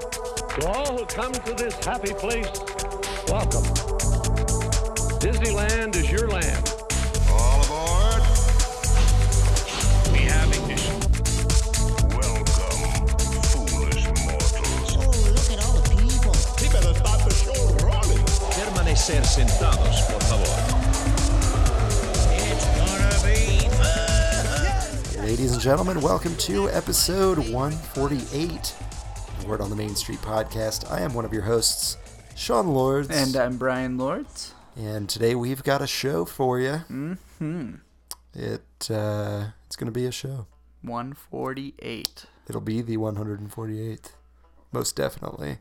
To all who come to this happy place, welcome. Disneyland is your land. All aboard. We have ignition. Welcome, foolish mortals. Oh, look at all the people. Permanecer sentados, por favor. Ladies and gentlemen, welcome to episode 148 of Word on the Main Street podcast. I am one of your hosts, Sean Lords. And uh, I'm Brian Lords. and today we've got a show for you. Mm-hmm. It, uh, it's going to be a show. 148. It'll be the 148th, most definitely.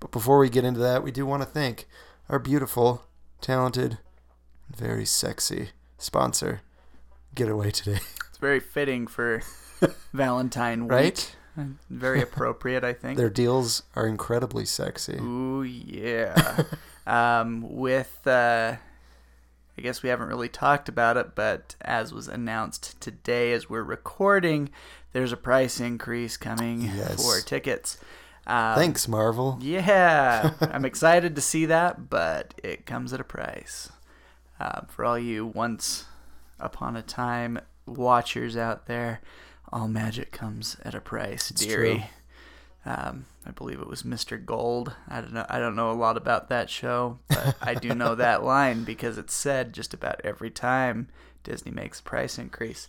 But before we get into that, we do want to thank our beautiful, talented, very sexy sponsor, Getaway Today. It's very fitting for Valentine week. Right? Very appropriate, I think. Their deals are incredibly sexy. Ooh, yeah. um, with, uh, I guess we haven't really talked about it, but as was announced today as we're recording, there's a price increase coming Yes. for tickets. Um, Thanks, Marvel. Yeah, I'm excited to see that, but it comes at a price. Uh, for all you once upon a time watchers out there, all magic comes at a price, dearie. Um, I believe it was Mr. Gold. I don't know. I don't know a lot about that show, but I do know that line because it's said just about every time Disney makes a price increase.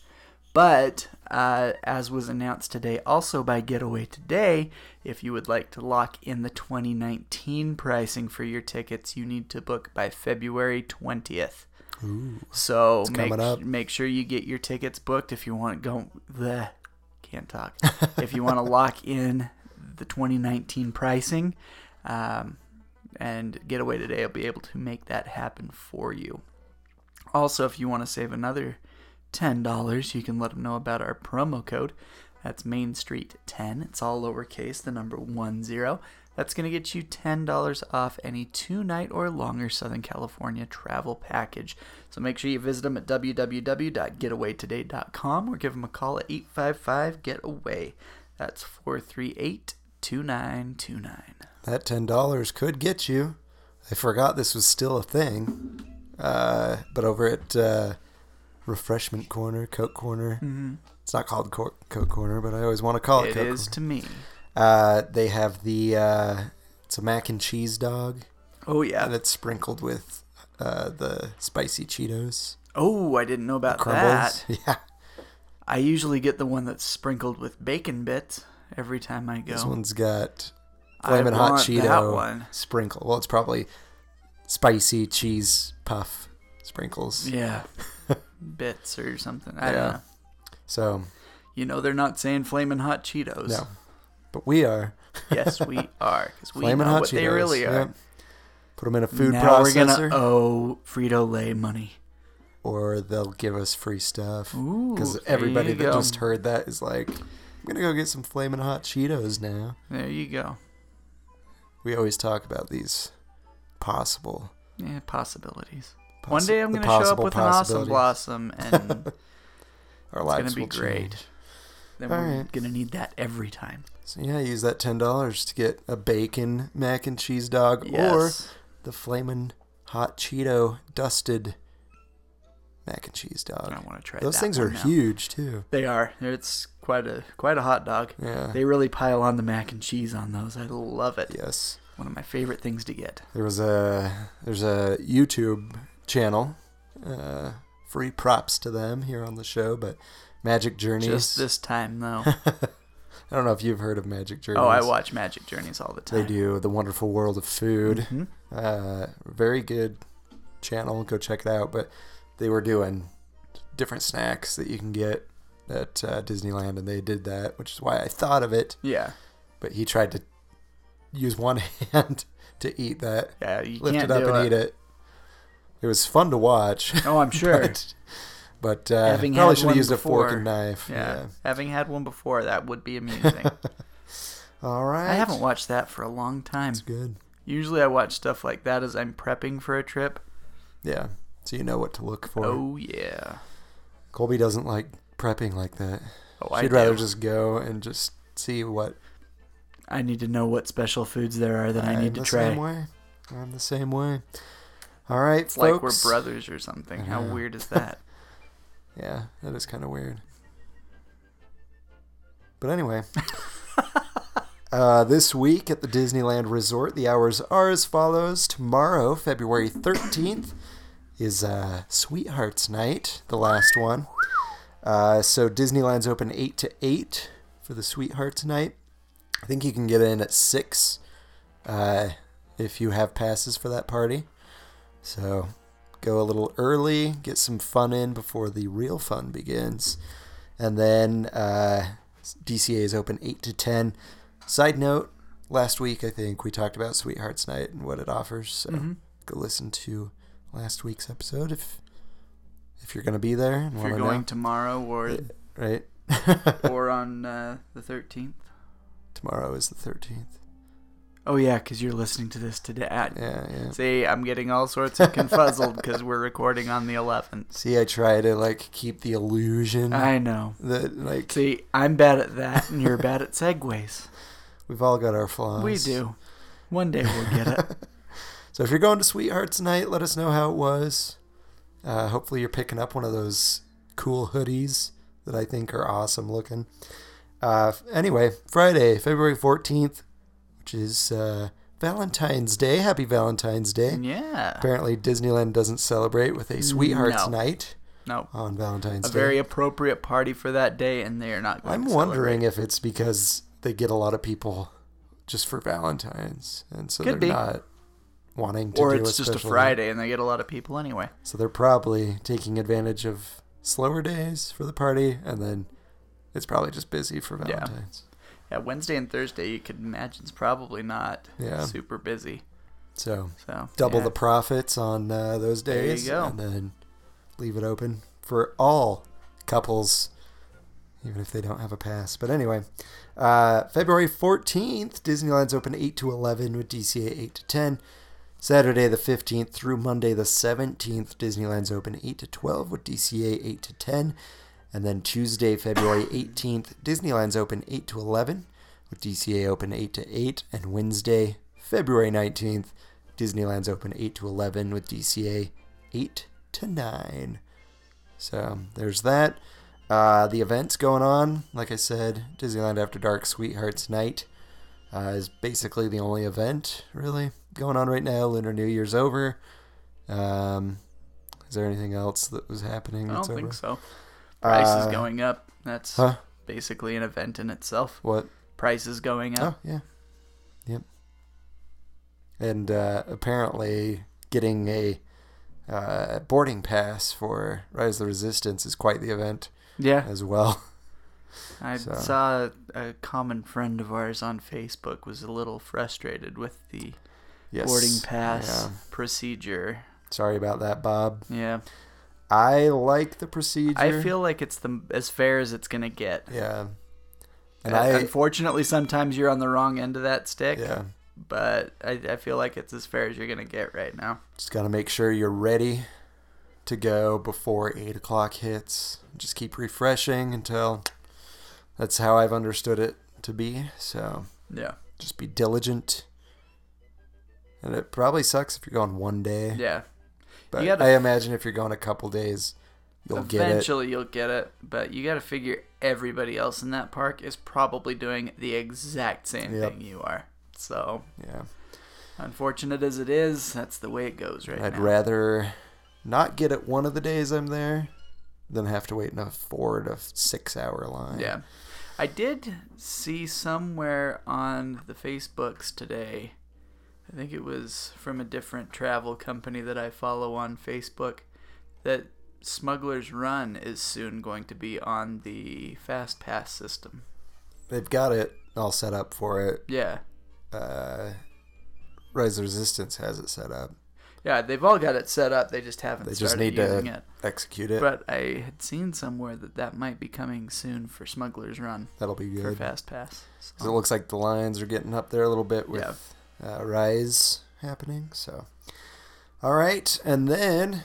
But uh, as was announced today, also by Getaway Today, if you would like to lock in the 2019 pricing for your tickets, you need to book by February 20th. so make, coming up. make sure you get your tickets booked if you want to go. The can't talk. if you want to lock in the 2019 pricing, um, and Getaway Today will be able to make that happen for you. Also, if you want to save another $10, you can let them know about our promo code. That's Main Street 10. It's all lowercase, the number 10. That's going to get you $10 off any two night or longer Southern California travel package. So make sure you visit them at www.getawaytoday.com or give them a call at 855 GETAWAY. That's 438 2929. That ten dollars could get you. I forgot this was still a thing. Uh, but over at uh, refreshment corner, Coke corner. It's not called Cor- Coke corner, but I always want to call it, Mm-hmm. It Coke is corner. to me. Uh, they have the uh, it's a mac and cheese dog, Oh, and yeah. it's sprinkled with uh, the spicy Cheetos Oh, I didn't know about that. crumbles. Yeah, I usually get the one that's sprinkled with bacon bits every time I go. this one's got I flaming hot want that Cheeto one. sprinkle. Well, it's probably spicy cheese puff sprinkles. Yeah. bits or something. I Yeah. don't know. So You know they're not saying flaming hot Cheetos. No. But we are. yes, we are because we Flamin' know hot what Cheetos. they really are. Yep. Put them in a food now processor, we're gonna uh, owe Frito Lay money. or they'll give us free stuff. Ooh, Because there everybody you that go. just heard that is like, I'm gonna go get some flaming hot Cheetos now. There you go. We always talk about these possible. Yeah, possibilities. possi- One day I'm the going to show up possible with an awesome possibilities. blossom, and Our lives be will great. change. then All we're right. going to need that every time. So yeah, use that ten dollars to get a bacon mac and cheese dog Yes. or the flaming hot Cheeto dusted mac and cheese dog. I wanna try Those that things one are now. huge too. They are. It's quite a quite a hot dog. Yeah. They really pile on the mac and cheese on those. I love it. Yes. One of my favorite things to get. There was a there's a YouTube channel. Uh, free props to them here on the show, but Magic Journeys. Just this time though. I don't know if you've heard of Magic Journeys. oh, I watch Magic Journeys all the time. Mm-hmm. They do the Wonderful World of Food. Uh, very good channel. Go check it out. But they were doing different snacks that you can get at uh, Disneyland, and they did that, which is why I thought of it. Yeah. But he tried to use one hand to eat that. Yeah, you lift can't it up do and it. eat it. It was fun to watch. Oh, I'm sure. But, but uh, Having probably had should one have used a fork before. and knife. Yeah. Having had one before, that would be amusing. All right. I haven't watched that for a long time. Good. Usually I watch stuff like that as I'm prepping for a trip. Yeah. So you know what to look for. Oh yeah. Colby doesn't like prepping like that. Oh, I She'd rather do. just go and just see what I need to know what special foods there are that I I'm need to the try. Same way. I'm the same way. All right, It's like we're folks. brothers or something. How Yeah. weird is that? Yeah, that is kind of weird. But anyway, uh, this week at the Disneyland Resort, the hours are as follows. Tomorrow, February 13th, is uh, Sweethearts Night, the last one. Uh, so Disneyland's open 8 to 8 for the Sweethearts Night. I think you can get in at 6 uh, if you have passes for that party. So go a little early, get some fun in before the real fun begins. And then uh, DCA is open 8 to 10. Side note, last week I think we talked about Sweethearts Night and what it offers. So Mm-hmm. go listen to last week's episode if if you're going to be there and If want you're to going know. tomorrow or right? or on uh, the 13th. Tomorrow is the 13th. Oh yeah, because you're listening to this today. I- Yeah, yeah. See, I'm getting all sorts of confuzzled because we're recording on the 11th. See, I try to like keep the illusion I know. that like See, I'm bad at that, and you're bad at segues. we've all got our flaws. We do. One day we'll get it. So if you're going to Sweethearts tonight, let us know how it was. Uh, hopefully, you're picking up one of those cool hoodies that I think are awesome looking. Uh, f- anyway, Friday, February 14th, which is uh, Valentine's Day. Happy Valentine's Day. Yeah. Apparently, Disneyland doesn't celebrate with a Sweethearts No. Night No. on Valentine's A Day. very appropriate party for that day, and they are not going I'm to wondering if it's because they get a lot of people just for Valentine's, and so Could they're be. not wanting to celebrate. Or do it's just a special- Friday, and they get a lot of people anyway. So they're probably taking advantage of slower days for the party, and then it's probably just busy for Yeah. Valentine's. Yeah, Wednesday and Thursday, you could imagine, it's probably not Yeah. super busy. So So double yeah. the profits on uh, those There you days, go. and then leave it open for all couples, even if they don't have a pass. But anyway, uh, February 14th, Disneyland's open 8 to 11 with DCA 8 to 10. Saturday the 15th through Monday the 17th, Disneyland's open 8 to 12 with DCA 8 to 10. And then Tuesday, February 18th, Disneyland's open 8 to 11 with DCA open 8 to 8. And Wednesday, February 19th, Disneyland's open 8 to 11 with DCA 8 to 9. So there's that. Uh, the events going on, like I said, Disneyland After Dark Sweethearts Night uh, is basically the only event really going on right now. Lunar New Year's over. Um, is there anything else that was happening? I don't that's think over? so. Price Uh, is going up. That's Huh? basically an event in itself. What? Price is going Oh up. yeah, yep. And uh, apparently, getting a uh, boarding pass for Rise of the Resistance is quite the event Yeah, as well. I so- saw a common friend of ours on Facebook was a little frustrated with the yes. boarding pass Yeah. procedure. Sorry about that, Bob. Yeah, I like the procedure. I feel like it's the as fair as it's gonna get. yeah, and Uh, I unfortunately, sometimes you're on the wrong end of that stick. yeah But I, I feel like it's as fair as you're gonna get right now. just gotta make sure you're ready to go before eight o'clock hits. Just keep refreshing until that's how I've understood it to be. So Yeah, just be diligent. And it probably sucks if you're going one day. yeah. but you gotta- I imagine if you're going a couple days, you'll get it. Eventually, you'll get it, but you got to figure everybody else in that park is probably doing the exact same Yep. thing you are. So, Yeah. unfortunate as it is, that's the way it goes right I'd now. rather not get it one of the days I'm there than have to wait in a four to six hour line. yeah, I did see somewhere on the Facebooks today. I think it was from a different travel company that I follow on Facebook that Smuggler's Run is soon going to be on the Fast Pass system. They've got it all set up for it. Yeah. uh, Rise of Resistance has it set up. Yeah, they've all got it set up. They just haven't. They just started need using to it. execute it. But I had seen somewhere that that might be coming soon for Smuggler's Run That'll be for good. Fast Pass. 'Cause it looks like the lines are getting up there a little bit with uh, Rise happening. So, all right, and then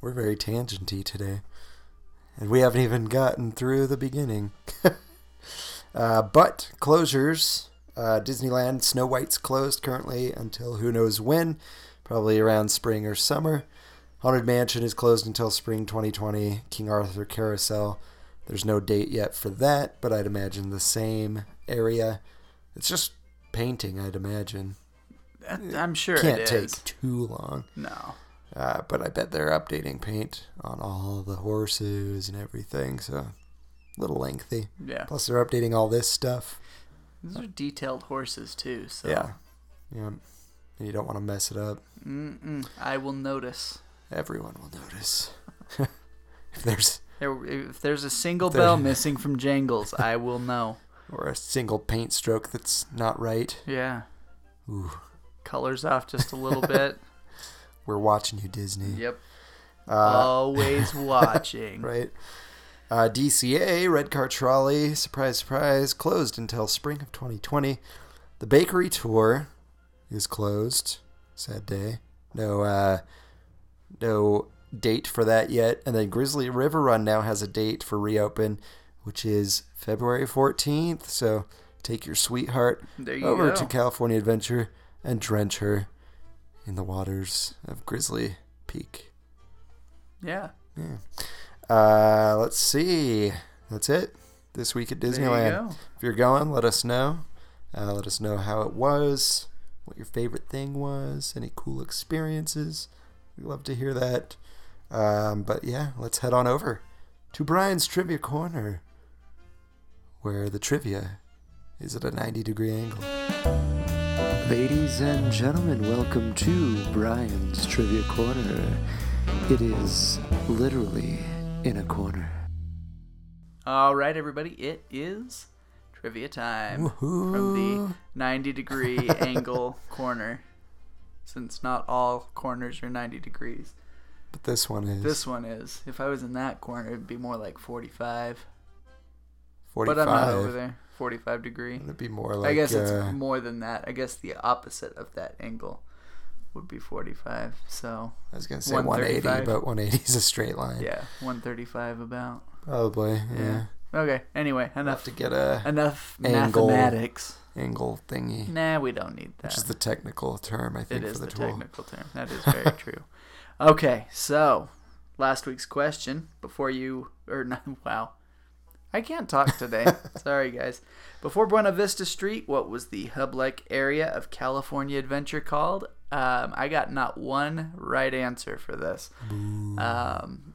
we're very tangenty today, and we haven't even gotten through the beginning. Uh, but closures uh, Disneyland, Snow White's closed currently until who knows when, probably around spring or summer. Haunted Mansion is closed until spring 2020. King Arthur Carousel, there's no date yet for that, but I'd imagine the same area. It's just painting, I'd imagine. That- I'm sure Can't it take is. too long. No. Uh, but I bet they're updating paint on all the horses and everything, so a little lengthy. Yeah. Plus, they're updating all this stuff. These are detailed horses too, so Yeah. Yeah. And you don't want to mess it up. I will notice. Everyone will notice. if there's There, if there's a single bell missing from Jangles, I will know. or a single paint stroke that's not right, Yeah. Ooh. Colors off just a little bit. we're watching you, Disney. Yep. Uh, Always watching. Right. Uh, DCA, Red Car Trolley, surprise, surprise, closed until spring of 2020. The bakery tour is closed. Sad day. No, uh, no date for that yet. And then Grizzly River Run now has a date for reopen, which is February 14th. So take your sweetheart There you over go. to California Adventure and drench her in the waters of Grizzly Peak. Yeah. Uh, let's see. That's it. This week at There you Disneyland. go. If you're going, let us know. Uh, let us know how it was, what your favorite thing was, any cool experiences. We'd love to hear that. Um, but yeah, let's head on over to Brian's Trivia Corner, where the trivia is at a 90 degree angle. Ladies and gentlemen, welcome to Brian's Trivia Corner. It is literally in a corner. All right, everybody. It is trivia time Oh. from the 90 degree angle corner. Since not all corners are 90 degrees, But this one is this one is. If I was in that corner, it'd be more like 45. 45. But I'm not over there. 45 degree. It'd be more like I guess it's uh, more than that. I guess the opposite of that angle would be 45. So, I was gonna say 180, 135. but 180 is a straight line. yeah, 135 about. Probably. Yeah. Yeah. Okay, anyway, Have enough to get a enough Angle. mathematics. angle thingy, Nah, we don't need that. which is the technical term I think it is for the, the, tool. technical term. That is very true. Okay, so last week's question before you or not, wow, I can't talk today. Sorry guys. Before Buena Vista Street, what was the hub-like area of California Adventure called? Um, I got not one right answer for this. Um,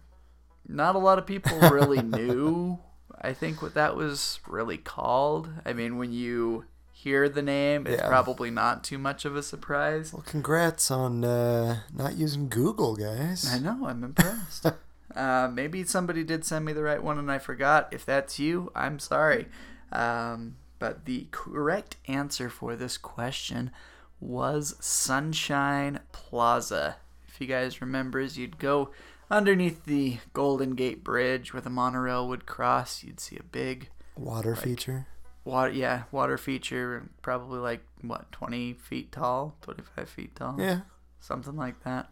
not a lot of people really knew. I think what that was really called. I mean, when you hear the name, it's Yeah. probably not too much of a surprise. Well, congrats on uh, not using Google, guys. I know. I'm impressed. uh, maybe somebody did send me the right one and I forgot. If that's you, I'm sorry. Um, but the correct answer for this question was Sunshine Plaza. If you guys remember, as you'd go underneath the Golden Gate Bridge where the monorail would cross, you'd see a big Water feature. water, yeah, water feature, probably like what, 20 feet tall, 25 feet tall, Yeah. something like that,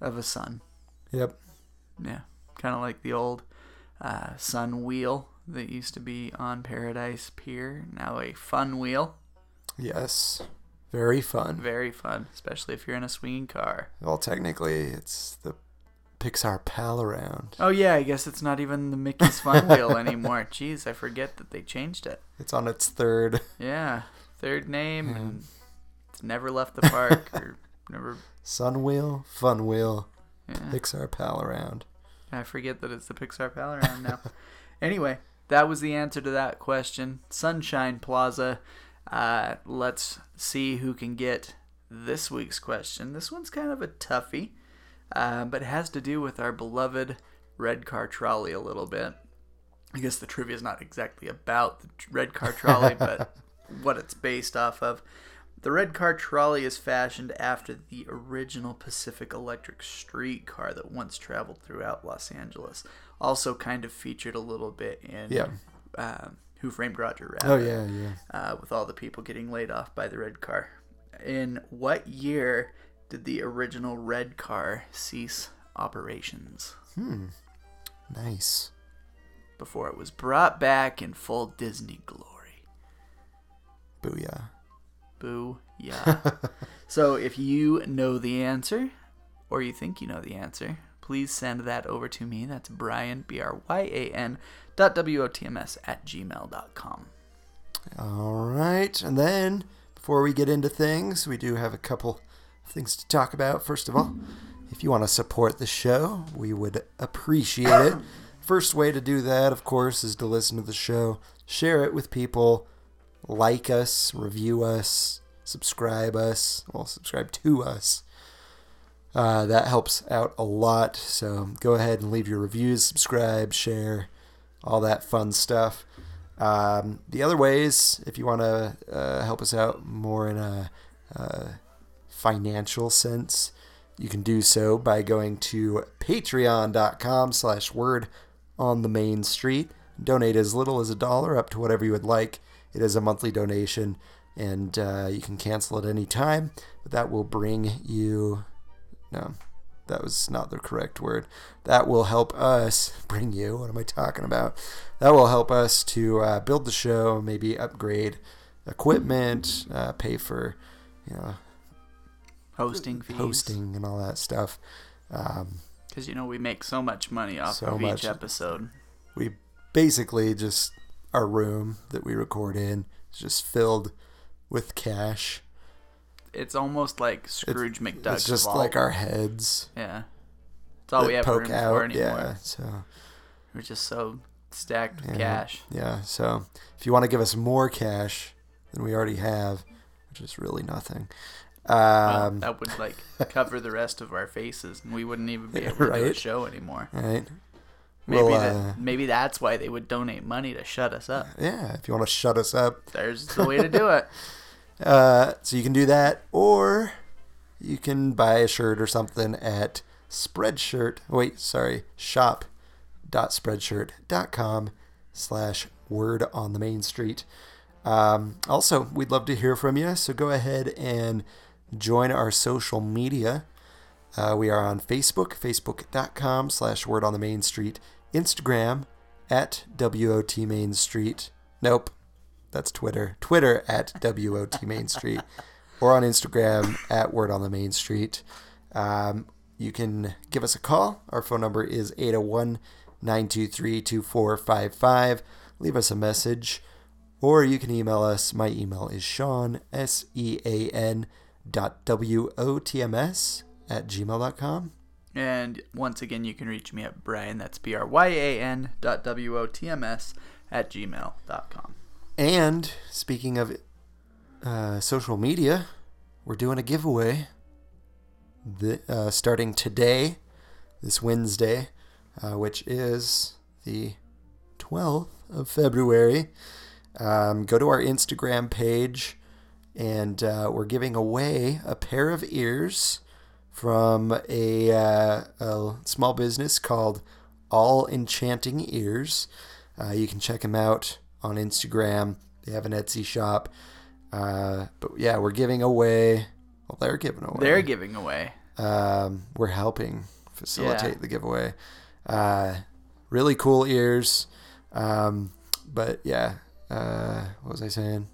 of a sun. Yep. Yeah, kind of like the old uh, sun wheel that used to be on Paradise Pier. Now a fun wheel, Yes. Very fun. very fun, especially if you're in a swinging car. Well, technically, it's the Pixar pal around. Oh yeah, I guess it's not even the Mickey's Fun Wheel anymore. Jeez, I forget that they changed it. It's on its third Yeah, third name and it's never left the park or never. Sun Wheel, Fun Wheel, Yeah. Pixar pal around. I forget that it's the Pixar pal around now. anyway, that was the answer to that question. Sunshine Plaza. Uh, let's see who can get this week's question. This one's kind of a toughie, uh, but it has to do with our beloved red car trolley a little bit. I guess the trivia is not exactly about the tr- red car trolley, but what it's based off of. The red car trolley is fashioned after the original Pacific Electric streetcar that once traveled throughout Los Angeles. Also, kind of featured a little bit in Yeah. um, Who Framed Roger Rabbit Oh yeah, yeah. uh, with all the people getting laid off by the red car. In what year did the original red car cease operations? Nice. before it was brought back in full Disney glory. Booyah. Boo, yeah. so if you know the answer, or you think you know the answer, please send that over to me. That's Brian, B R Y A N, dot W O T M S at gmail.com. All right. And then before we get into things, we do have a couple of things to talk about. First of all, if you want to support the show, we would appreciate it. First way to do that, of course, is to listen to the show, share it with people, like us, review us, subscribe us, well, subscribe to us. Uh, that helps out a lot. So go ahead and leave your reviews, subscribe, share, all that fun stuff. Um, the other ways, if you want to uh, help us out more in a uh, financial sense, you can do so by going to patreon.com slash word on the main street. Donate as little as a dollar up to whatever you would like. It is a monthly donation, and uh, you can cancel at any time. But that will bring you no, that was not the correct word. That will help us bring you. What am I talking about? That will help us to uh, build the show, maybe upgrade equipment, uh, pay for you know Hosting fees. hosting and all that stuff. Um, Because, you know, we make so much money off So of much. each episode. we basically just our room that we record in is just filled with cash. It's almost like Scrooge McDuck. it's just like our heads Yeah. It's all we that have room poke for out. anymore. Yeah, so. We're just so stacked with Yeah. cash. Yeah. So if you want to give us more cash than we already have, which is really nothing, Well, um, that would like cover the rest of our faces, and we wouldn't even be able to do a Right. show anymore. right? Maybe Well, that, uh, maybe that's why they would donate money to shut us up. Yeah. If you want to shut us up, There's the way to do it. uh, so you can do that, or you can buy a shirt or something at Spreadshirt. Wait, sorry, shop. dot spreadshirt.com slash word on the main street. Um, also, we'd love to hear from you, so go ahead and join our social media. Uh, we are on Facebook, facebook.com slash word on the main street, Instagram at WOT Main Street. Nope, that's Twitter. Twitter at WOT Main Street, or on Instagram at word on the main street. Um, you can give us a call. Our phone number is 801 923 2455. Leave us a message, or you can email us. My email is Sean, S E A N dot W O T M S at gmail.com. And once again, you can reach me at Brian. That's B R Y A N dot W O T M S at gmail dot com. And speaking of uh, social media, we're doing a giveaway the, uh, starting today, this Wednesday, uh, which is the 12th of February. Um, go to our Instagram page, and uh, we're giving away a pair of ears from a, uh, a small business called All Enchanting Ears. Uh, you can check them out on Instagram. They have an Etsy shop. Uh, but yeah, we're giving away. Well, they're giving away. They're giving away. Um, we're helping facilitate Yeah. the giveaway. Uh, really cool ears. Um, but yeah, uh, what was I saying?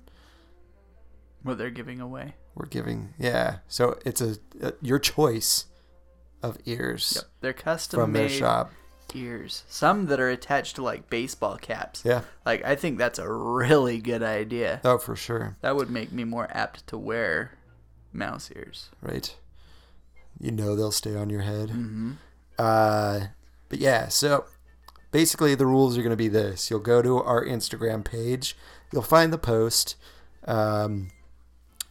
Well, they're giving away. We're giving, yeah. So it's a, a your choice of ears Yep. They're custom from their made shop. ears. Some that are attached to like baseball caps. Yeah. Like I think that's a really good idea. Oh, for sure. That would make me more apt to wear mouse ears. Right. You know they'll stay on your head. Mm-hmm. Uh, but yeah, so basically the rules are going to be this: you'll go to our Instagram page, you'll find the post. Um,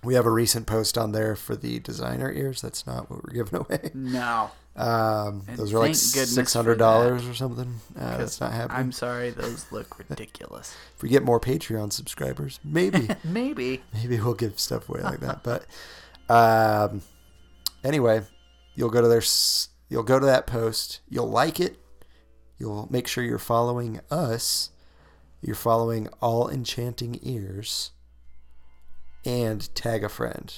we have a recent post on there for the designer ears. That's not what we're giving away. No. Um, And those are like thank goodness for six hundred dollars or something. Uh, that's not happening. I'm sorry, those look ridiculous. If we get more Patreon subscribers, maybe. Maybe. maybe we'll give stuff away like that. But um, anyway, you'll go to their s- you'll go to that post. You'll like it. You'll make sure you're following us. You're following all enchanting ears, and tag a friend,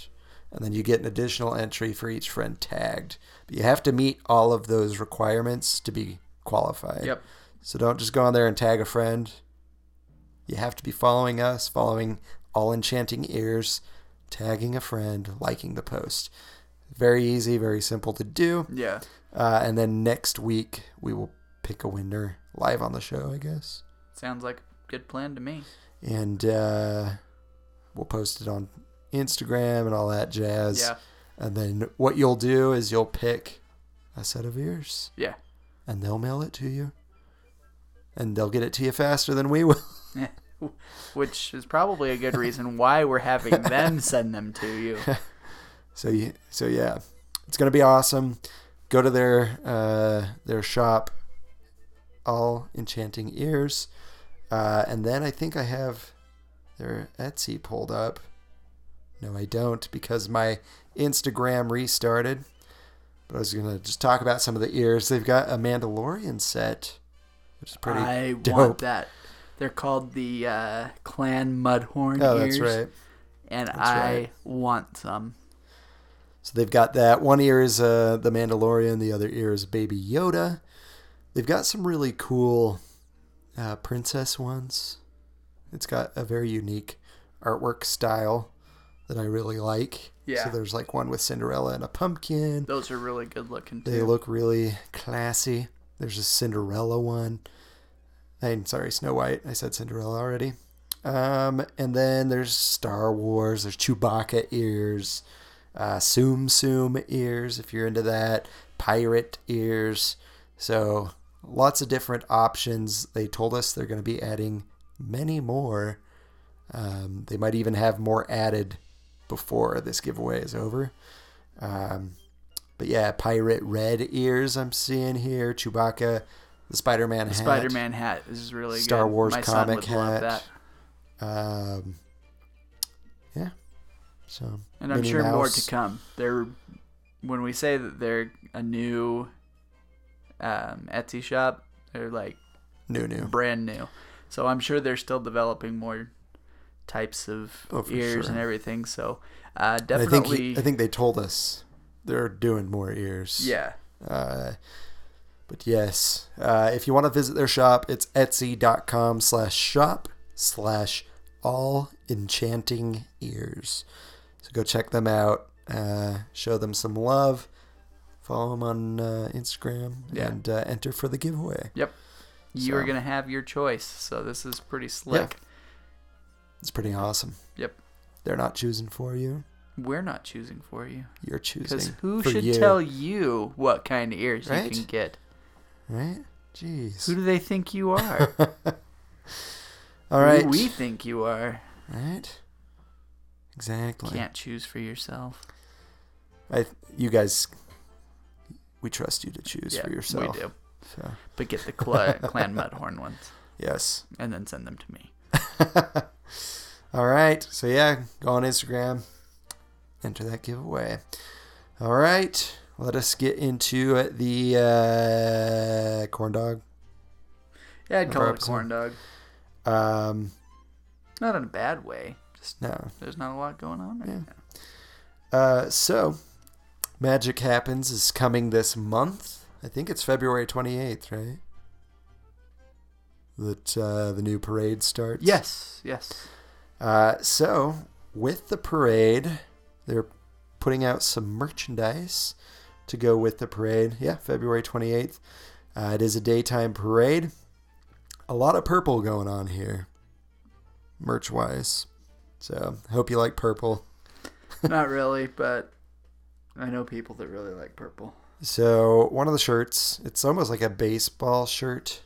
and then you get an additional entry for each friend tagged. But you have to meet all of those requirements to be qualified. Yep. So don't just go on there and tag a friend. You have to be following us, following all enchanting ears, tagging a friend, liking the post. Very easy, very simple to do. Yeah. Uh, and then next week we will pick a winner live on the show, I guess, Sounds like a good plan to me. and uh, we'll post it on Instagram and all that jazz. Yeah. And then what you'll do is you'll pick a set of ears, Yeah. and they'll mail it to you, and they'll get it to you faster than we will. Which is probably a good reason why we're having them send them to you. So you, so yeah, it's gonna be awesome. Go to their uh, their shop, all enchanting ears, uh, and then I think I have their Etsy pulled up. No, I don't because my Instagram restarted. But I was gonna just talk about some of the ears. They've got a Mandalorian set, which is pretty I dope. want that. They're called the uh, Clan Mudhorn oh, that's ears, right. and I right. want some. So they've got that. One ear is uh, the Mandalorian, the other ear is Baby Yoda. They've got some really cool uh, princess ones. It's got a very unique artwork style that I really like. Yeah. So there's like one with Cinderella and a pumpkin. Those are really good looking too. They look really classy. There's a Cinderella one. I'm sorry, Snow White. I said Cinderella already. Um, and then there's Star Wars. There's Chewbacca ears, uh, Tsum Tsum ears, if you're into that, pirate ears. So lots of different options. They told us they're going to be adding many more. Um, they might even have more added before this giveaway is over. Um, but yeah, pirate red ears I'm seeing here. Chewbacca, the Spider-Man hat. Spider-Man hat is really Star good. Wars My son comic would hat. love that. Um, yeah. So. And I'm Minnie sure more Mouse. to come. They're when we say that they're a new um, Etsy shop, they're like New, new. brand new. So I'm sure they're still developing more types of Oh, for ears sure. and everything. So uh, I think he- definitely, I think they told us they're doing more ears. yeah, Uh, but yes, uh, if you want to visit their shop, it's etsy.com slash shop slash all enchanting ears. So go check them out, uh, show them some love, follow them on uh, Instagram, Yeah. and uh, enter for the giveaway. yep. You are So. gonna have your choice. So this is pretty slick. It's pretty awesome. Yep. They're not choosing for you, We're not choosing for you you're because choosing. who for should you, tell you what kind of ears Right? you can get? Right? Jeez. Who do they think you are? all right. Who we think you are? Right? Exactly. Can't choose for yourself. I you guys we trust you to choose for yourself. We do. So, But get the cl- Clan Mudhorn ones yes. and then send them to me. All right. So yeah, go on Instagram, enter that giveaway. All right. Let us get into uh, the uh, corn dog. Yeah, I'd call it a Perhaps so. corn dog. Um, Not in a bad way. Just no. there's not a lot going on right Yeah. now. Uh, so, Magic Happens is coming this month. I think it's February 28th, right? That uh, the new parade starts. Yes, yes. Uh, so, with the parade, they're putting out some merchandise to go with the parade. Yeah, February 28th. Uh, it is a daytime parade. A lot of purple going on here, merch wise. So, hope you like purple. not really, but I know people that really like purple. So, one of the shirts, it's almost like a baseball shirt,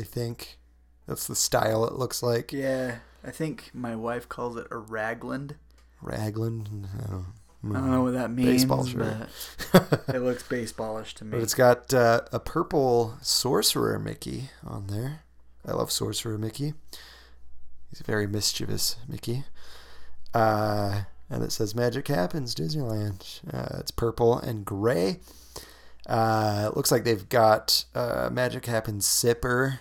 I think. That's the style it looks like. Yeah, I think my wife calls it a ragland. Raglan. no. I don't know what that means. Mm-hmm. Baseball but it looks baseballish to me. But it's got uh, a purple sorcerer Mickey on there. I love sorcerer Mickey. He's a very mischievous Mickey. Uh, and it says "Magic Happens Disneyland." Uh, it's purple and gray. Uh, it looks like they've got uh, "Magic Happens" zipper,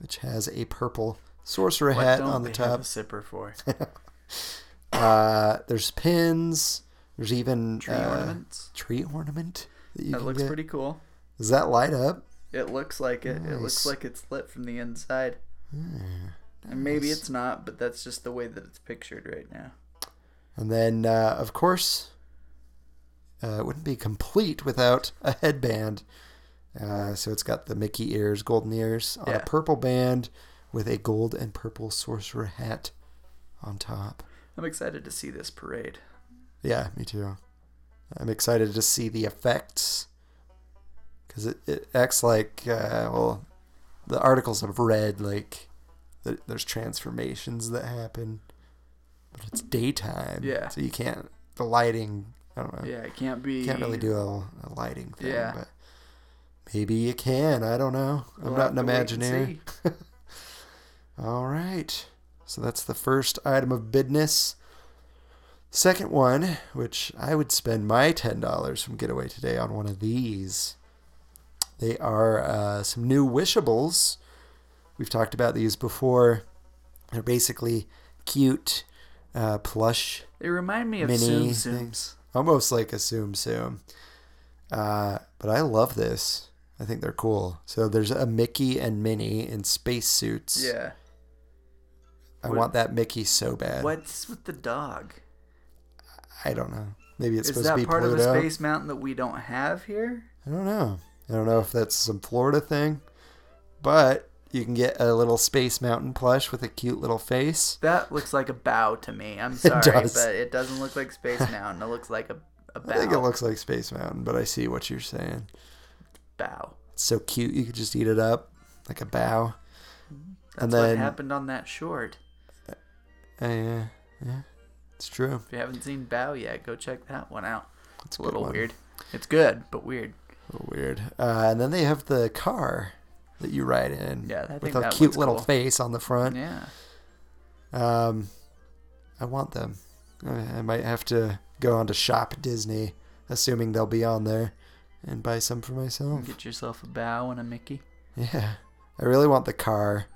which has a purple sorcerer what hat don't on the they top. Have a sipper for Uh, there's pins. There's even tree uh, ornaments. Tree ornament. you That can looks get. pretty cool. Does that light up? It looks like it. It Nice. Ah, looks like it's lit from the inside. And maybe nice. it's not, but that's just the way that it's pictured right now. And then, uh, of course, uh, it wouldn't be complete without a headband. Uh, so it's got the Mickey ears, golden ears, on Yeah. a purple band with a gold and purple sorcerer hat on top. I'm excited to see this parade. Yeah, me too. I'm excited to see the effects because it, it acts like, uh, well, the articles I've read, like, th- there's transformations that happen, but it's daytime. Yeah. So you can't, the lighting, I don't know. Yeah, it can't be. You can't really do a, a lighting thing, Yeah. but maybe you can. I don't know. I'm We'll not an have to wait and Imagineer. see. All right. So that's the first item of business. Second one, which I would spend my $10 from Getaway today on one of these. They are uh, some new Wishables. We've talked about these before. They're basically cute uh, plush They remind me of Zoom mini Zooms. things. Almost like a Zoom Zoom. Uh, but I love this. I think they're cool. So there's a Mickey and Minnie in spacesuits. Yeah. I What- want that Mickey so bad. What's with the dog? I don't know. Maybe it's Is supposed to that be part of a Pluto. space mountain that we don't have here? I don't know. I don't know if that's some Florida thing, but you can get a little space mountain plush with a cute little face. That looks like a bow to me. I'm sorry, does. but it doesn't look like Space Mountain. It looks like a, a bow. I think it looks like Space Mountain, but I see what you're saying. bow. It's so cute. You could just eat it up like a bow. That's and what then, happened on that short. uh, yeah, yeah, it's true. If you haven't seen Bow yet, go check that one out. It's a good little one. weird. It's good, but weird. A little weird. Uh, and then they have the car that you ride in. Yeah, I think with that a one's cute little cool. face on the front. Yeah. Um, I want them. I I might have to go on to Shop Disney, assuming they'll be on there, and buy some for myself. Get yourself a bow and a Mickey. Yeah, I really want the car.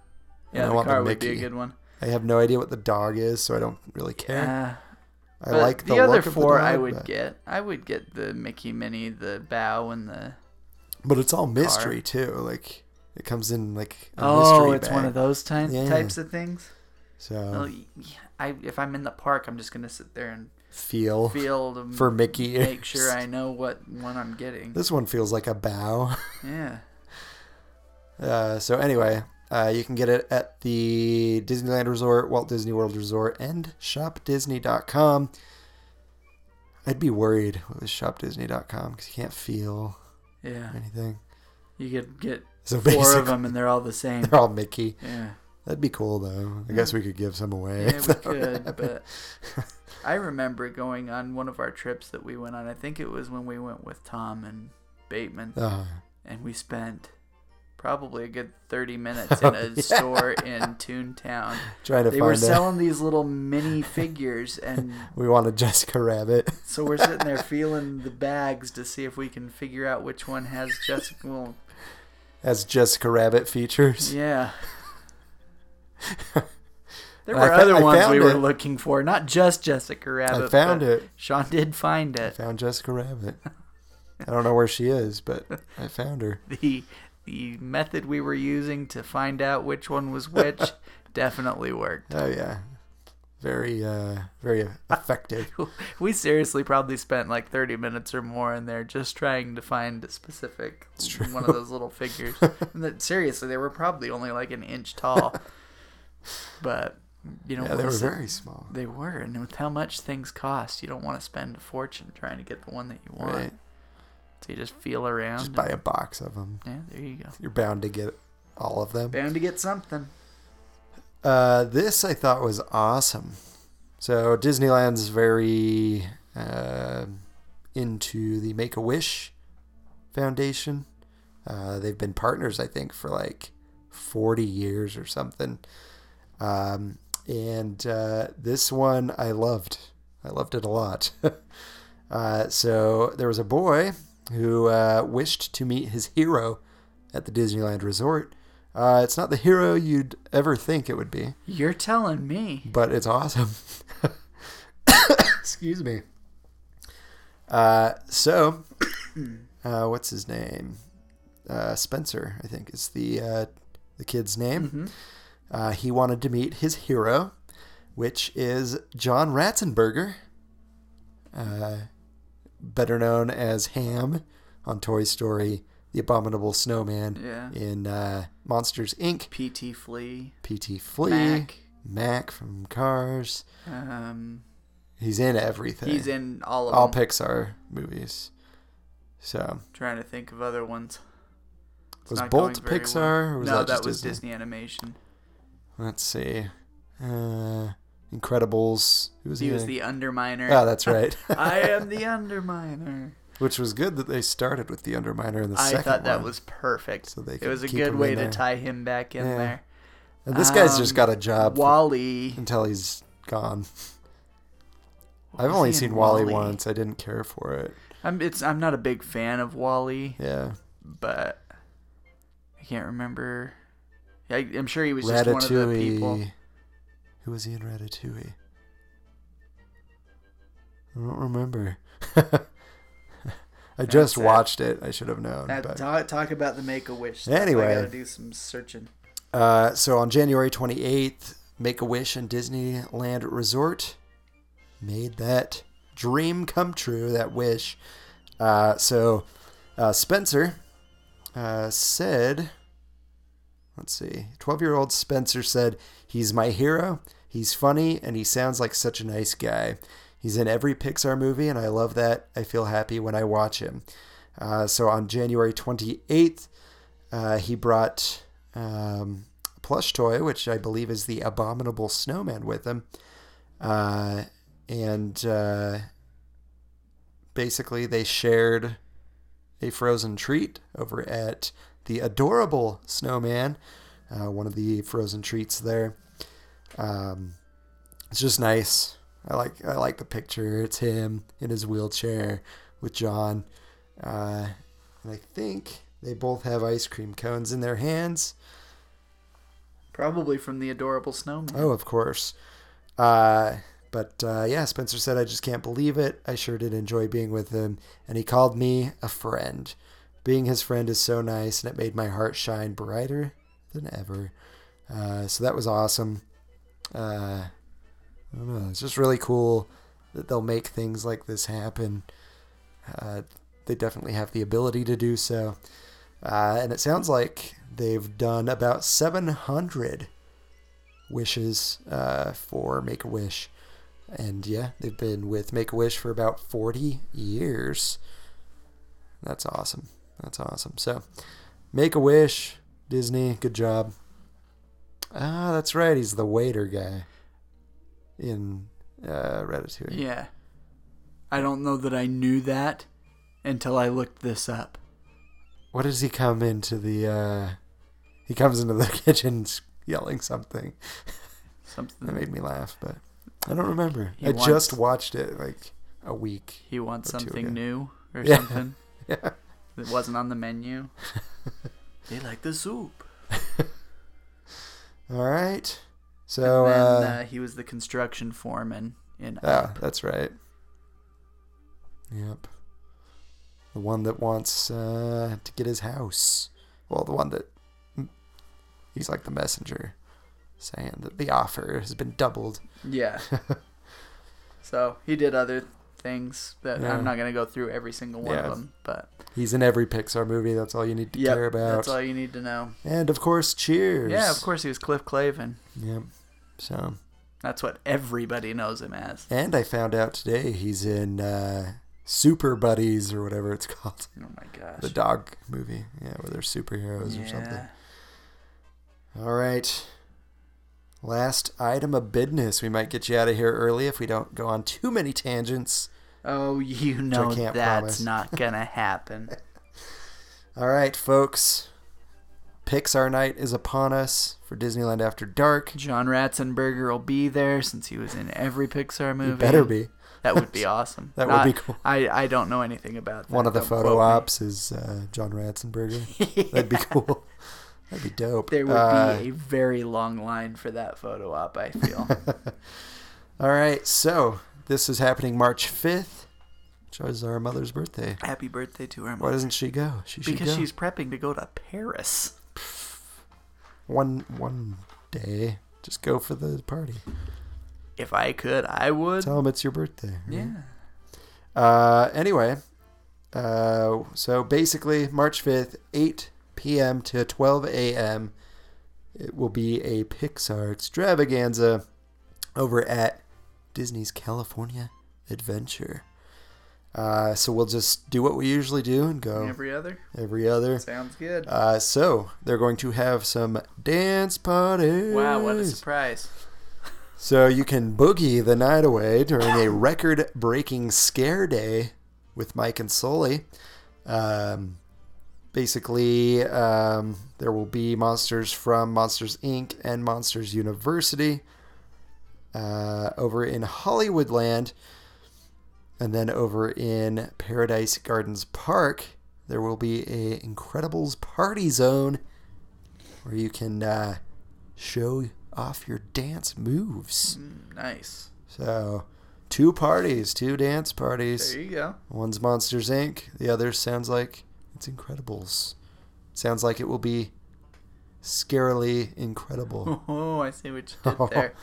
And Yeah, I the want the car would be a Mickey. good one. I have no idea what the dog is, so I don't really care. Yeah. I like the, Uh, other look Of the four dog, I would but, get. I would get the Mickey Minnie, the bow, and the but it's all mystery too. Like it comes in like a oh, mystery it's one bag. of those ty- Yeah. types of things. Well, So y- yeah, I if I'm in the park, I'm just gonna sit there and feel, feel to for Mickey. make ears. sure I know what one I'm getting. This one feels like a bow. Yeah, Uh, so anyway, uh, you can get it at the Disneyland Resort, Walt Disney World Resort, and ShopDisney.com. I'd be worried with ShopDisney.com because you can't feel yeah. anything. You could get So four basically, of them, and they're all the same. they're all Mickey. Yeah, That'd be cool though. I guess we could give some away. yeah, if we that were to happen. could. But I remember going on one of our trips that we went on. I think it was when we went with Tom and Bateman, Uh, and we spent probably a good 30 minutes in a store in Toontown. trying Oh, to They find were a- selling these little mini figures and We want a Jessica Rabbit. So we're sitting there feeling the bags to see if we can figure out which one has Jessica. Well, As Jessica Rabbit features. yeah. There I were fo- other I ones found we were it. looking for, not just Jessica Rabbit. I found but it. Sean did find I it. found Jessica Rabbit. I don't know where she is, but I found her. The the method we were using to find out which one was which definitely worked. Oh yeah, very uh, very effective. We seriously probably spent like 30 minutes or more in there just trying to find a specific one of those little figures. and that, seriously, they were probably only like an inch tall. but, you know, yeah, they were listen, very small. they were. And with how much things cost, you don't want to spend a fortune trying to get the one that you want. Right, So you just feel around. just and- buy a box of them. yeah, there you go. You're bound to get all of them. Bound to get something. Uh, this I thought was awesome. So Disneyland's very uh, into the Make a Wish Foundation. Uh, they've been partners, I think, for like 40 years or something. Um, and uh, this one I loved. I loved it a lot. uh, so there was a boy who uh, wished to meet his hero at the Disneyland Resort. Uh, it's not the hero you'd ever think it would be, You're telling me. but it's awesome. Excuse me. Uh, so, uh, what's his name? uh, Spencer, I think is the uh, the kid's name. Mm-hmm. Uh, he wanted to meet his hero, which is John Ratzenberger, uh, better known as Ham on Toy Story, the Abominable Snowman Yeah. in uh, Monsters Inc. PT Flea. PT Flea, Mac. Mac from Cars. Um, He's in everything. he's in all of all them. Pixar movies. So Trying to think of other ones. It's was not Bolt going very Pixar well. or was no, that, just was Disney? Disney Animation. Let's see. Uh, Incredibles. Who was He he? was in? the Underminer. Oh, that's right. I am the Underminer. Which was good that they started with the Underminer in the I second thought that one. was perfect. So they it could was a keep good him way in to there. tie him back in Yeah. there. And this guy's just Um, got a job for- Wally. until he's gone. I've was only he in seen Wally, Wall-E? once. I didn't care for it. I'm it's I'm not a big fan of Wally, Yeah. but I can't remember. I, I'm sure he was just one of the people. Ratatouille. Who was he in Ratatouille? I don't remember. I just it. watched it. I should have known. That- but- talk, talk about the Make a Wish. Anyway. I gotta do some searching. Uh, so on January 28th, Make a Wish and Disneyland Resort made that dream come true, that wish. Uh, so uh, Spencer uh, said, let's see, 12 year old Spencer said, He's my hero, he's funny, and he sounds like such a nice guy. He's in every Pixar movie, and I love that. I feel happy when I watch him. Uh, so on January 28th, uh, he brought um, a plush toy, which I believe is the abominable snowman, with him. Uh, and uh, basically, they shared a frozen treat over at the adorable snowman, uh, one of the frozen treats there. Um, it's just nice. I like I like the picture. It's him in his wheelchair with John. Uh, and I think they both have ice cream cones in their hands. Probably from the adorable snowman. Oh, of course. Uh, but uh, yeah, Spencer said, I just can't believe it. I sure did enjoy being with him. And he called me a friend. Being his friend is so nice, and it made my heart shine brighter than ever. Uh, so that was awesome. Uh, I don't know. It's just really cool that they'll make things like this happen. Uh, they definitely have the ability to do so. Uh, and it sounds like they've done about 700 wishes uh, for Make a Wish. And yeah, they've been with Make a Wish for about 40 years. That's awesome. That's awesome. So, Make a Wish, Disney, good job. Ah, that's right. He's the waiter guy in uh, Ratatouille. Yeah. I don't know that I knew that until I looked this up. What does he come into the? uh He comes into the kitchen yelling something. That Something made me laugh, but I don't remember. He I wants- just watched it like a week he wants Or two something ago. new or Yeah. something. That wasn't on the menu. they like the soup. All right. So, then uh, uh, he was the construction foreman in yeah, that's right. Yep. The one that wants uh, to get his house. Well, the one that mm, he's like the messenger saying that the offer has been doubled. Yeah. so he did other things that Yeah. I'm not gonna go through every single one Yeah. of them, but He's in every Pixar movie. That's all you need to yeah, care about. that's all you need to know. and of course, Cheers. Yeah, of course he was Cliff Clavin. Yep. So, That's what everybody knows him as. and I found out today he's in uh, Super Buddies or whatever it's called, Oh my gosh. the dog movie. Yeah, where they're superheroes or something. yeah. All right. Last item of business. We might get you out of here early if we don't go on too many tangents. Oh, you know can't that's promise. not gonna happen. All right, folks. Pixar night is upon us for Disneyland After Dark. John Ratzenberger will be there since he was in every Pixar movie. Better be. That would be awesome. That would be cool. I, I don't know anything about that. One of the Don't photo quote me. ops is uh, John Ratzenberger. That'd be cool. That'd be dope. There would Uh, be a very long line for that photo op, I feel. All right, so this is happening March 5th, She was our mother's birthday. Happy birthday to her. Why Mom. doesn't she go? She should Because go. she's prepping to go to Paris. one one day. Just go for the party. If I could, I would. Tell them it's your birthday. right? yeah. Uh, anyway, uh, so basically, March 5th, 8 p.m. to 12 a.m., it will be a Pixar extravaganza over at Disney's California Adventure. Uh, so we'll just do what we usually do and go every, Every other other. sounds good. Oh. Uh, so they're going to have some dance parties. wow, what a surprise! So you can boogie the night away during a record breaking scare day with Mike and Sully. Um, basically, um, there will be monsters from Monsters Inc. and Monsters University uh, over in Hollywoodland. And then over in Paradise Gardens Park, there will be a Incredibles party zone where you can uh, show off your dance moves. Nice. So, two parties, two dance parties. There you go. One's Monsters Inc. The other sounds like it's Incredibles. Sounds like it will be scarily incredible. Oh, I see what you did there.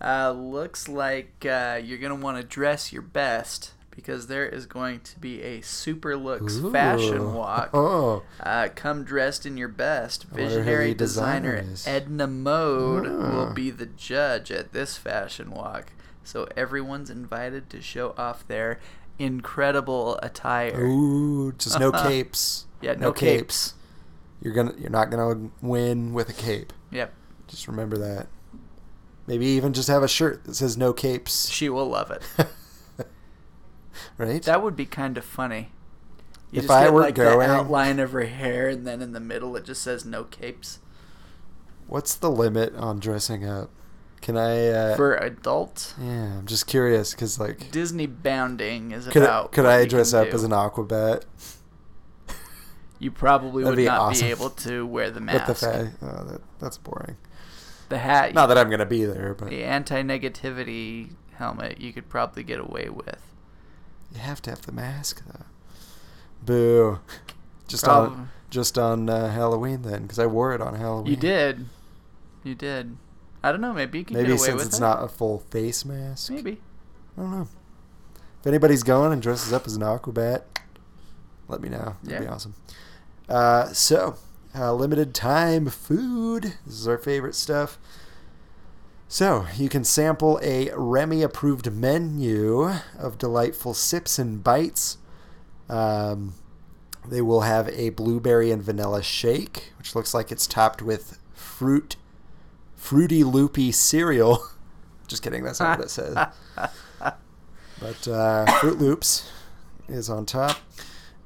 Uh, looks like uh, you're gonna want to dress your best because there is going to be a super looks Ooh. fashion walk. Oh, Uh, come dressed in your best. wonder who Visionary the designer designer is. Edna Mode Ah. will be the judge at this fashion walk, so everyone's invited to show off their incredible attire. ooh, just no capes. yeah, no, capes. You're gonna, you're not gonna win with a cape. Yep, Just remember that. Maybe even just have a shirt that says no capes, she will love it. right? That would be kind of funny. You If just I get, were like, going- the outline of her hair, and then in the middle it just says no capes What's the limit on dressing up? Can I? Uh, for adult. yeah, I'm just curious because like, Disney bounding is could I, about. could what I you dress can up do. as an Aquabat You probably That'd would be not awesome. be able to wear the with mask. the fa- oh, that, That's boring. The hat, Not that I'm gonna be there, but the anti-negativity helmet, you could probably get away with. you have to have the mask though. Boo. Just Prob- on just on uh, Halloween then, because I wore it on Halloween. You did, you did. I don't know. Maybe you could Maybe get away since with it's it. not a full face mask. Maybe. I don't know. If anybody's going and dresses up as an Aquabat, let me know. That'd be Yeah. awesome. Uh, so, uh, limited time food. This is our favorite stuff. So, you can sample a Remy approved menu of delightful sips and bites. Um, they will have a blueberry and vanilla shake, which looks like it's topped with fruit, fruity loopy cereal. Just kidding, that's not what it says. But uh, Fruit Loops is on top.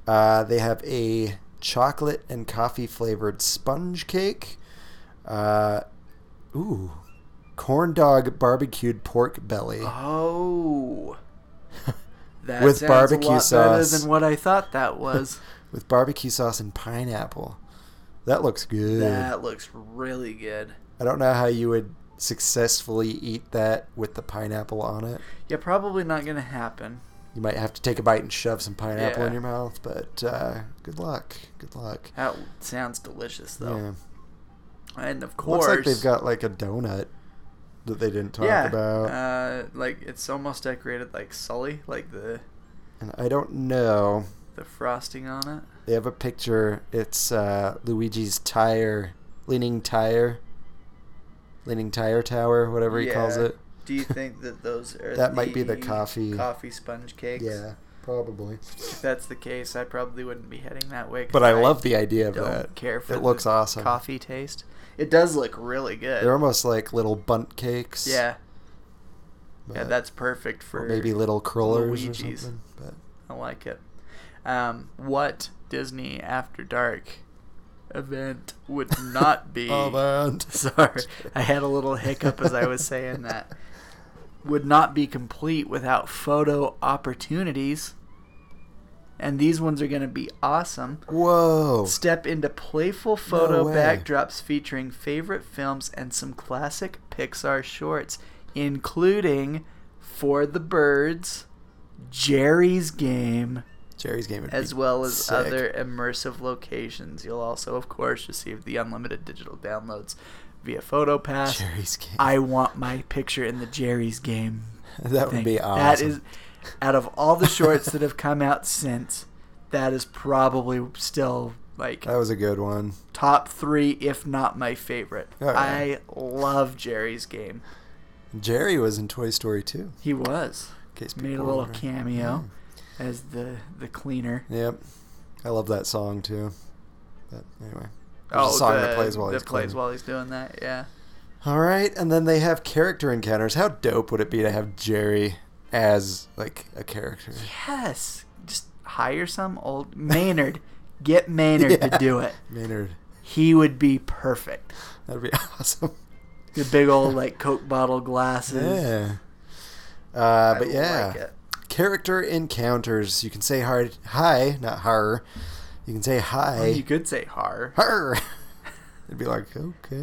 Uh, they have a chocolate and coffee flavored sponge cake. Uh, ooh, corn dog barbecued pork belly. Ah. Oh. That With sounds barbecue a lot better sauce. than what I thought that was. with barbecue sauce and pineapple. That looks good. that looks really good. I don't know how you would successfully eat that with the pineapple on it. Yeah, probably not gonna happen. You might have to take a bite and shove some pineapple in Yeah. your mouth, but uh, good luck. Good luck. That sounds delicious Yeah. though. And of Looks course, like they've got like a donut that they didn't talk yeah, about. uh, like it's almost decorated like Sully, like the and I don't know. the frosting on it. They have a picture. It's uh, Luigi's tire, leaning tire, leaning tire tower, whatever he calls Yeah. it. Do you think that those are That might be the coffee- coffee sponge cakes? Yeah, probably. If that's the case, I probably wouldn't be heading that way. 'cause But I love the idea of don't that. care for it looks the awesome. coffee taste. It does look really good. They're almost like little bunt cakes. yeah, yeah, but- that's perfect for or maybe little curlers or Luigi's. something. But I like it. Um, what Disney After Dark event would not be? oh man, Sorry, I had a little hiccup as I was saying that. Would not be complete without photo opportunities. And these ones are going to be awesome. whoa, Step into playful photo way. backdrops featuring favorite films and some classic Pixar shorts, including For the Birds, Jerry's Game, Jerry's game would as be well as sick. other immersive locations. You'll also, of course, receive the unlimited digital downloads via PhotoPass. Jerry's game. I want my picture in the Jerry's Game. that would thing. be awesome. That is, out of all the shorts that have come out since, that is probably still like That was a good one. top three, if not my favorite. Oh, yeah. I love Jerry's Game. Jerry was in Toy Story 2. In He was case made a people little were- cameo as the the cleaner. Yep. I love that song too. But anyway. There's Oh, a song the, that plays while that he's plays cleaning. while he's doing that. Yeah, All right, and then they have character encounters. How dope would it be to have Jerry as like a character? yes. Just hire some old Maynard. Get Maynard to Yeah. do it. Maynard. He would be perfect. That'd be awesome. The big old like Coke bottle glasses. Yeah. Uh, I but yeah, like it. character encounters. You can say hi, hi, not her. You can say hi, You could say har. her. It'd be like okay.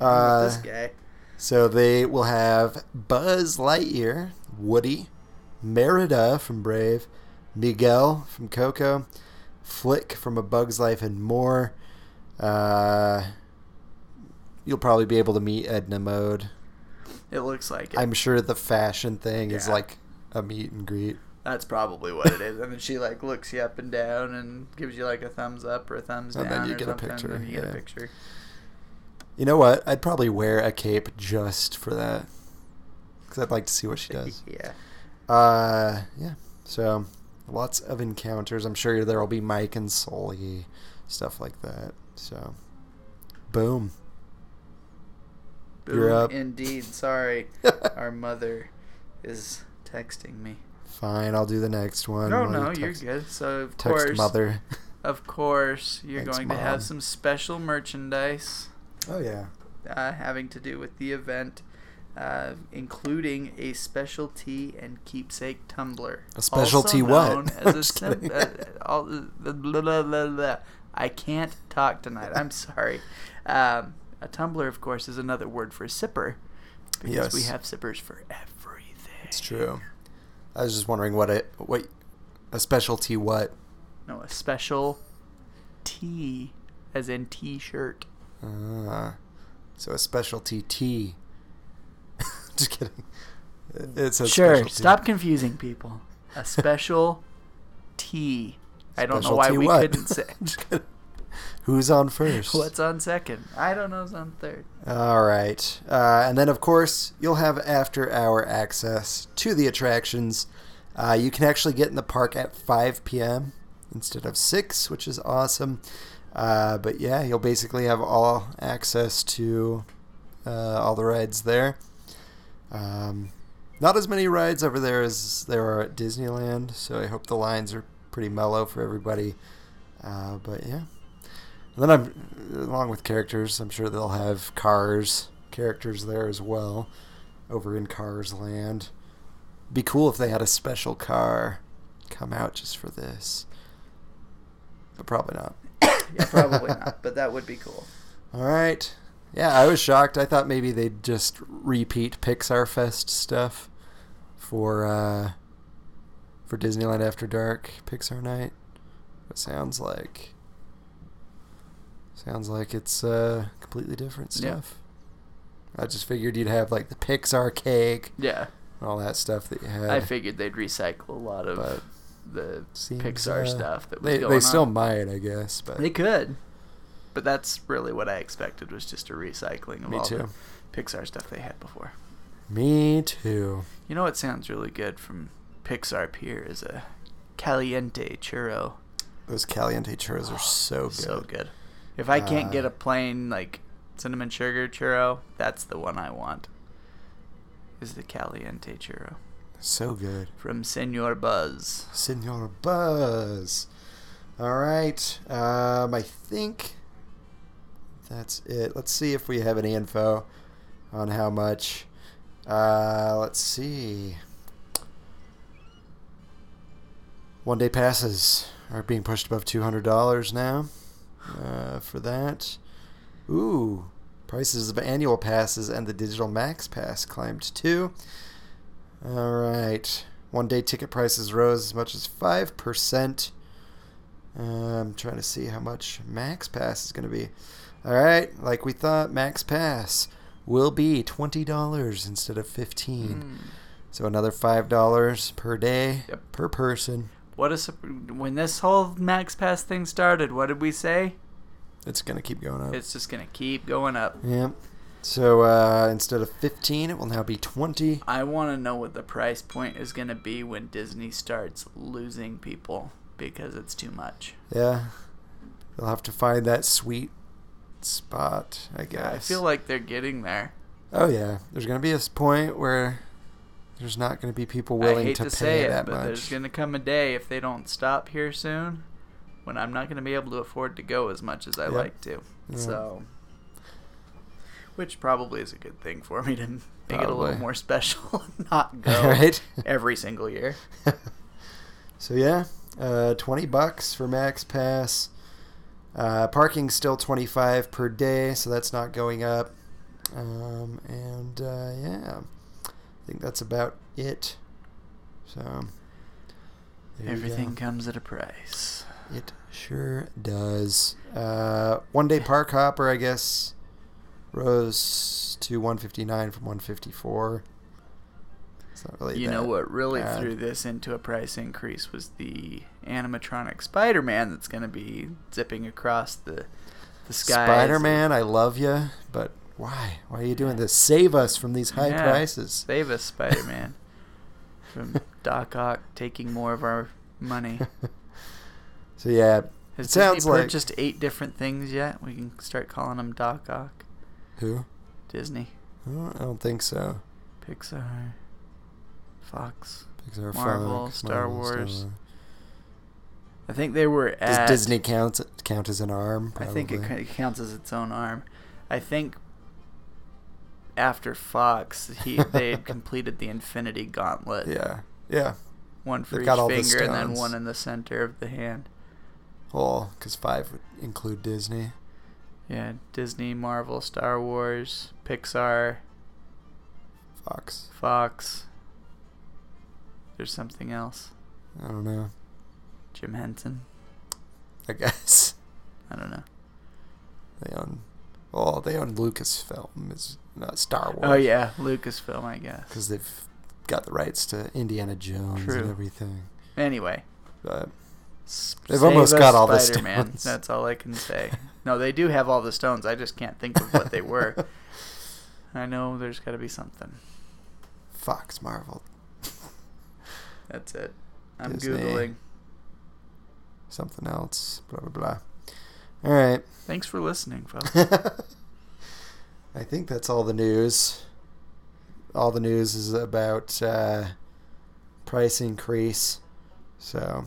Not Uh, this guy. So they will have Buzz Lightyear, Woody, Merida from Brave, Miguel from Coco, Flick from A Bug's Life, and more. Uh, you'll probably be able to meet Edna Mode. It looks like it. I'm sure the fashion thing is Yeah. like a meet and greet. That's probably what it is. And then she like looks you up and down and gives you like a thumbs up or a thumbs And down. then you or get a something, picture, And you get a yeah. picture. You know what? I'd probably wear a cape just for that. Because I'd like to see what she does. Yeah. Uh, yeah. So, lots of encounters. I'm sure there will be Mike and Sully, stuff like that. So, boom. You're Boom, up. Indeed. Sorry, our mother is texting me. Fine, I'll do the next one. No, while you no, you're text- good. So of Text course, mother. of course, you're Thanks, going to have Mom. some special merchandise oh yeah. uh, having to do with the event. Uh, including a specialty and keepsake tumbler. A specialty also what? known I'm As a just sim- kidding. uh, all, blah, blah, blah, blah, blah. I can't talk tonight. I'm sorry. Um, a tumbler, of course, is another word for sipper because we Yes. have sippers for everything. It's true. I was just wondering what it what a specialty what. No, a special T, as in T-shirt. Uh, so a specialty tea. just kidding. It- It's a sure, specialty. stop confusing people. A special T. I don't know why Specialty we what? couldn't say. Just kidding. Who's on first? What's on second? I don't know. What's on third? All right. Uh, and then, of course, you'll have after hour access to the attractions. Uh, you can actually get in the park at 5 p.m. instead of 6, which is awesome. Uh, but yeah, you'll basically have all access to uh, all the rides there. Um, not as many rides over there as there are at Disneyland, so I hope the lines are pretty mellow for everybody. Uh, but yeah. And then I'm along with characters, I'm sure they'll have cars characters there as well over in Cars Land. Be cool if they had a special car come out just for this. But probably not. Yeah, probably not. But that would be cool. All right. Yeah, I was shocked. I thought maybe they'd just repeat Pixar Fest stuff for uh, for Disneyland After Dark Pixar Night. It sounds like sounds like it's uh, completely different Yeah. stuff. I just figured you'd have like the Pixar cake Yeah, and all that stuff that you had. I figured they'd recycle a lot of But the seems, Pixar uh, stuff that was They, going they still on. might, I guess, but They could, but that's really what I expected was just a recycling of Me all too. the Pixar stuff they had before. me too. You know what sounds really good from Pixar Pier is a caliente churro. Those caliente churros are so good. Oh, So good. If I can't Uh, get a plain like cinnamon sugar churro, that's the one I want. Is the caliente churro So good. from Senor Buzz? Senor Buzz. All right. Um, I think that's it. Let's see if we have any info on how much. Uh, let's see. One day passes are being pushed above $200 now uh, for that. Ooh. Prices of annual passes and the digital max pass climbed too. All right. One day ticket prices rose as much as 5%. Uh, I'm trying to see how much Max Pass is going to be. All right, like we thought, Max Pass will be $20 instead of 15 So another $5 per day Hmm. Yep. per person. What a sup- when this whole Max Pass thing started, what did we say? It's going to keep going up. It's just gonna keep going up. Yep. So uh, instead of 15 it will now be 20 I want to know what the price point is going to be when Disney starts losing people because it's too much. Yeah. They'll have to find that sweet spot, I guess. I feel like they're getting there. Oh yeah, there's gonna be a s- point where there's not gonna be people I willing hate to, to, pay say it, that but there's much. going to come a day if they don't stop here soon when I'm not going to be able to afford to go as much as I Yep. like to. Yeah. So, which probably is a good thing for me to make it a Probably. little more special and not go Right? every single year. So yeah, uh, twenty bucks for max pass. Uh, parking's still twenty five per day, so that's not going up. Um, and uh, yeah, I think that's about it. So there you Everything go. comes at a price. It sure does. Uh, one day park hopper, I guess, rose to 159 from 154. It's not really. You know that what really bad. threw this into a price increase was the animatronic Spider-Man that's going to be zipping across the the sky. Spider-Man, I love you, but why? Why are you doing this? Save us from these high Yeah. prices. Save us, Spider-Man, from Doc Ock taking more of our money. So yeah, Has it sounds Disney like purchased eight different things yet? We can start calling them Doc Ock, who? Disney, I don't- I don't think so. Pixar, Fox. Pixar, Marvel, Fox, Star Marvel, Wars. Wars. I think they were Does at Disney count count as an arm? I think it Probably. ca- counts as its own arm. I think after Fox, he they had completed the Infinity Gauntlet. Yeah, yeah. One for They've each got all the finger, and then stones. one in the center of the hand. Well, because five would include Disney. Yeah, Disney, Marvel, Star Wars, Pixar, Fox. Fox. There's something else. I don't know. Jim Henson. I guess I don't know. they own. Well, they own Lucasfilm. It's not Star Wars. Oh yeah, Lucasfilm, I guess. because they've got the rights to Indiana Jones True. and everything. Anyway, But S- They've save almost us, got all the Spider-Man. stones. That's all I can say. No, they do have all the stones. I just can't think of what they were. I know there's got to be something. Fox, Marvel, That's it. I'm Disney. googling. something else, blah blah blah. All right, Thanks for listening, folks. I think that's all the news. All the news is about uh, price increase. So,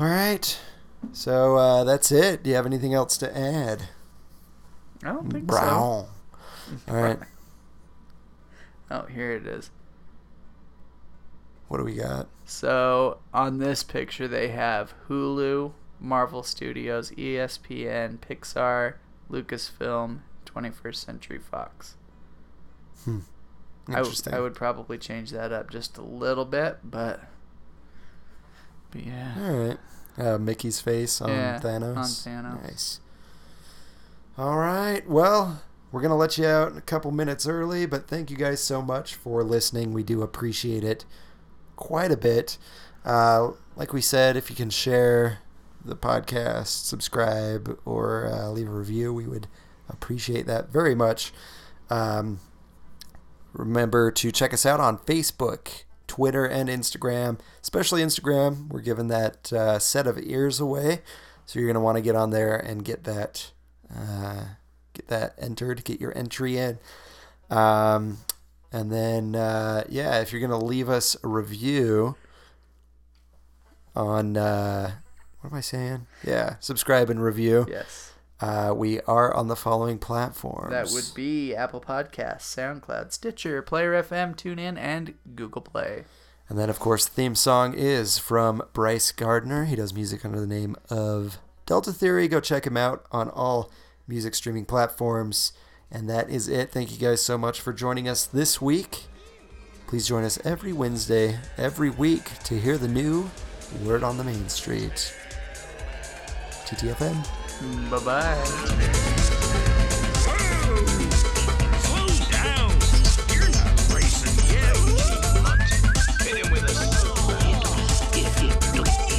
all right. So uh, that's it. Do you have anything else to add? I don't think so. Brown. All right. Oh, here it is. What do we got? So on this picture, they have Hulu, Marvel Studios, E ESPN, Pixar, Lucasfilm, 21st Century Fox. I, w- Interesting. I would probably change that up just a little bit, but but yeah. All right. Uh, Mickey's face on Yeah, Thanos. on Thanos. Nice. All right. Well, we're going to let you out a couple minutes early, but thank you guys so much for listening. We do appreciate it quite a bit. Uh, like we said, if you can share the podcast, subscribe, or uh, leave a review, we would appreciate that very much. Um, Remember to check us out on Facebook, Twitter, and Instagram, especially Instagram. We're giving that uh, set of ears away, so you're gonna want to get on there and get that, uh, get that entered, get your entry in. Um, and then, uh, yeah, if you're gonna leave us a review on, uh, what am I saying? Yeah, subscribe and review. Yes. Uh, we are on the following platforms. That would be Apple Podcasts, SoundCloud, Stitcher, Player FM, TuneIn, and Google Play. And then, of course, the theme song is from Bryce Gardner. He does music under the name of Delta Theory. Go check him out on all music streaming platforms. And that is it. Thank you guys so much for joining us this week. Please join us every Wednesday, every week, to hear the new Word on the Main Street. TTFN. Bye bye. Slow down. You're not racing yet. Hit him with a Sorry, Logan.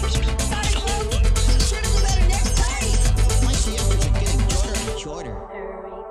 Should've done better next time. Once the efforts are getting shorter and shorter. Hurry